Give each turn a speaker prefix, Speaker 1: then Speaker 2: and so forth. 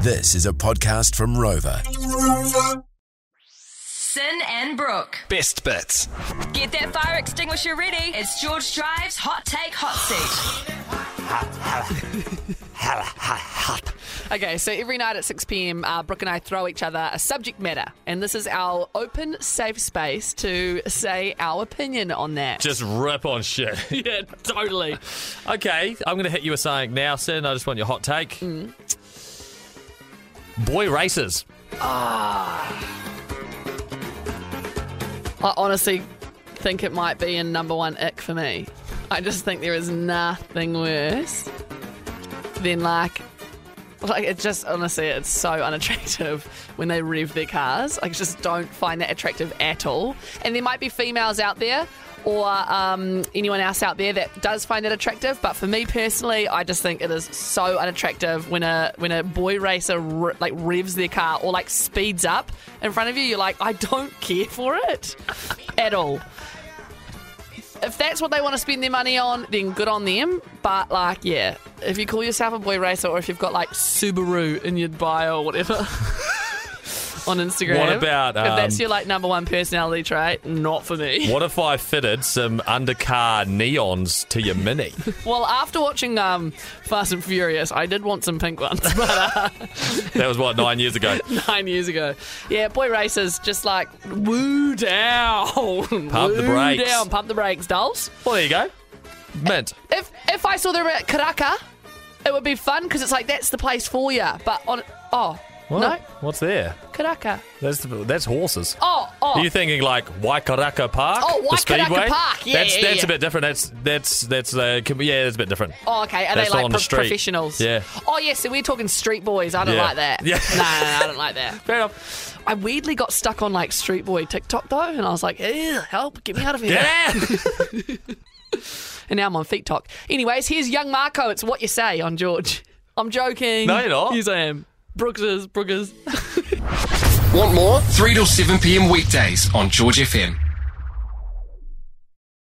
Speaker 1: This is a podcast from Rover.
Speaker 2: Sin and Brooke.
Speaker 3: Best bits.
Speaker 2: Get that fire extinguisher ready. It's George Drive's Hot Take Hot Seat.
Speaker 4: Okay, so every night at 6 p.m., uh, Brooke and I throw each other a subject matter, and this is our open, safe space to say our opinion on that.
Speaker 3: Just rip on shit. yeah, totally. Okay, I'm going to hit you with something now, Sin. I just want your hot take. Boy races.
Speaker 4: I honestly think it might be in number one ick for me. I just think there is nothing worse than like. Like it just honestly, it's so unattractive when they rev their cars. I just don't find that attractive at all. And there might be females out there, or um, anyone else out there that does find it attractive. But for me personally, I just think it is so unattractive when a when a boy racer re- like revs their car or like speeds up in front of you. You're like, I don't care for it at all if that's what they want to spend their money on, then good on them. But like, yeah, if you call yourself a boy racer or if you've got like Subaru in your bio or whatever on Instagram,
Speaker 3: What about,
Speaker 4: if that's
Speaker 3: um,
Speaker 4: your like number one personality trait? Not for me.
Speaker 3: What if I fitted some undercar neons to your Mini?
Speaker 4: Well, after watching um, Fast and Furious, I did want some pink ones, but uh,
Speaker 3: that was what nine years ago.
Speaker 4: nine years ago, yeah, boy racers just like woo down, pump
Speaker 3: the brakes.
Speaker 4: down, pump the brakes, dolls.
Speaker 3: Well, there you go. Mint.
Speaker 4: If if I saw them at Karaka, it would be fun because it's like that's the place for you. But on oh no
Speaker 3: What? What's there?
Speaker 4: Karaka
Speaker 3: That's that's horses.
Speaker 4: oh oh
Speaker 3: Are you thinking like Waikaraka Park?
Speaker 4: Oh,
Speaker 3: the
Speaker 4: Waikareaka
Speaker 3: speedway?
Speaker 4: Park. Yeah,
Speaker 3: that's
Speaker 4: yeah,
Speaker 3: that's
Speaker 4: yeah.
Speaker 3: a bit different. That's that's that's uh, can, yeah, that's a bit different.
Speaker 4: oh okay are
Speaker 3: That's
Speaker 4: they
Speaker 3: not
Speaker 4: like
Speaker 3: on the
Speaker 4: pro-
Speaker 3: street.
Speaker 4: professionals
Speaker 3: Yeah.
Speaker 4: oh yeah so we're talking street boys I don't
Speaker 3: Yeah.
Speaker 4: like that
Speaker 3: Yeah.
Speaker 4: no, no, no I don't like that
Speaker 3: Fair enough.
Speaker 4: I weirdly got stuck on like street boy TikTok though and I was like "Ew, help get me out of here
Speaker 3: Yeah.
Speaker 4: and now I'm on feet talk anyways here's young Marco it's what you say on George I'm joking
Speaker 3: No, you're not.
Speaker 4: yes I am Brooks is Brooks is
Speaker 5: Want more? 3 till 7 p.m. weekdays on George FM.